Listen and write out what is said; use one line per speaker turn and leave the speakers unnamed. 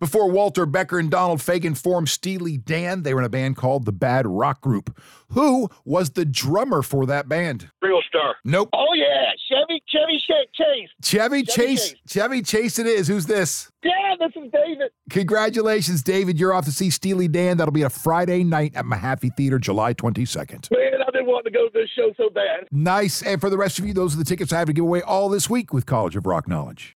Before Walter Becker and Donald Fagen formed Steely Dan, they were in a band called the Bad Rock Group. Who was the drummer for that band?
Real star.
Nope.
Oh yeah, Chevy Chevy Ch- Chase.
Chevy, Chase.
Chase.
Chevy Chase it is. Who's this?
Yeah, this is David.
Congratulations, David. You're off to see Steely Dan. That'll be a Friday night at Mahaffey Theater, July 22nd.
Man, I've been wanting to go to this show so bad.
Nice. And for the rest of you, those are the tickets I have to give away all this week with College of Rock Knowledge.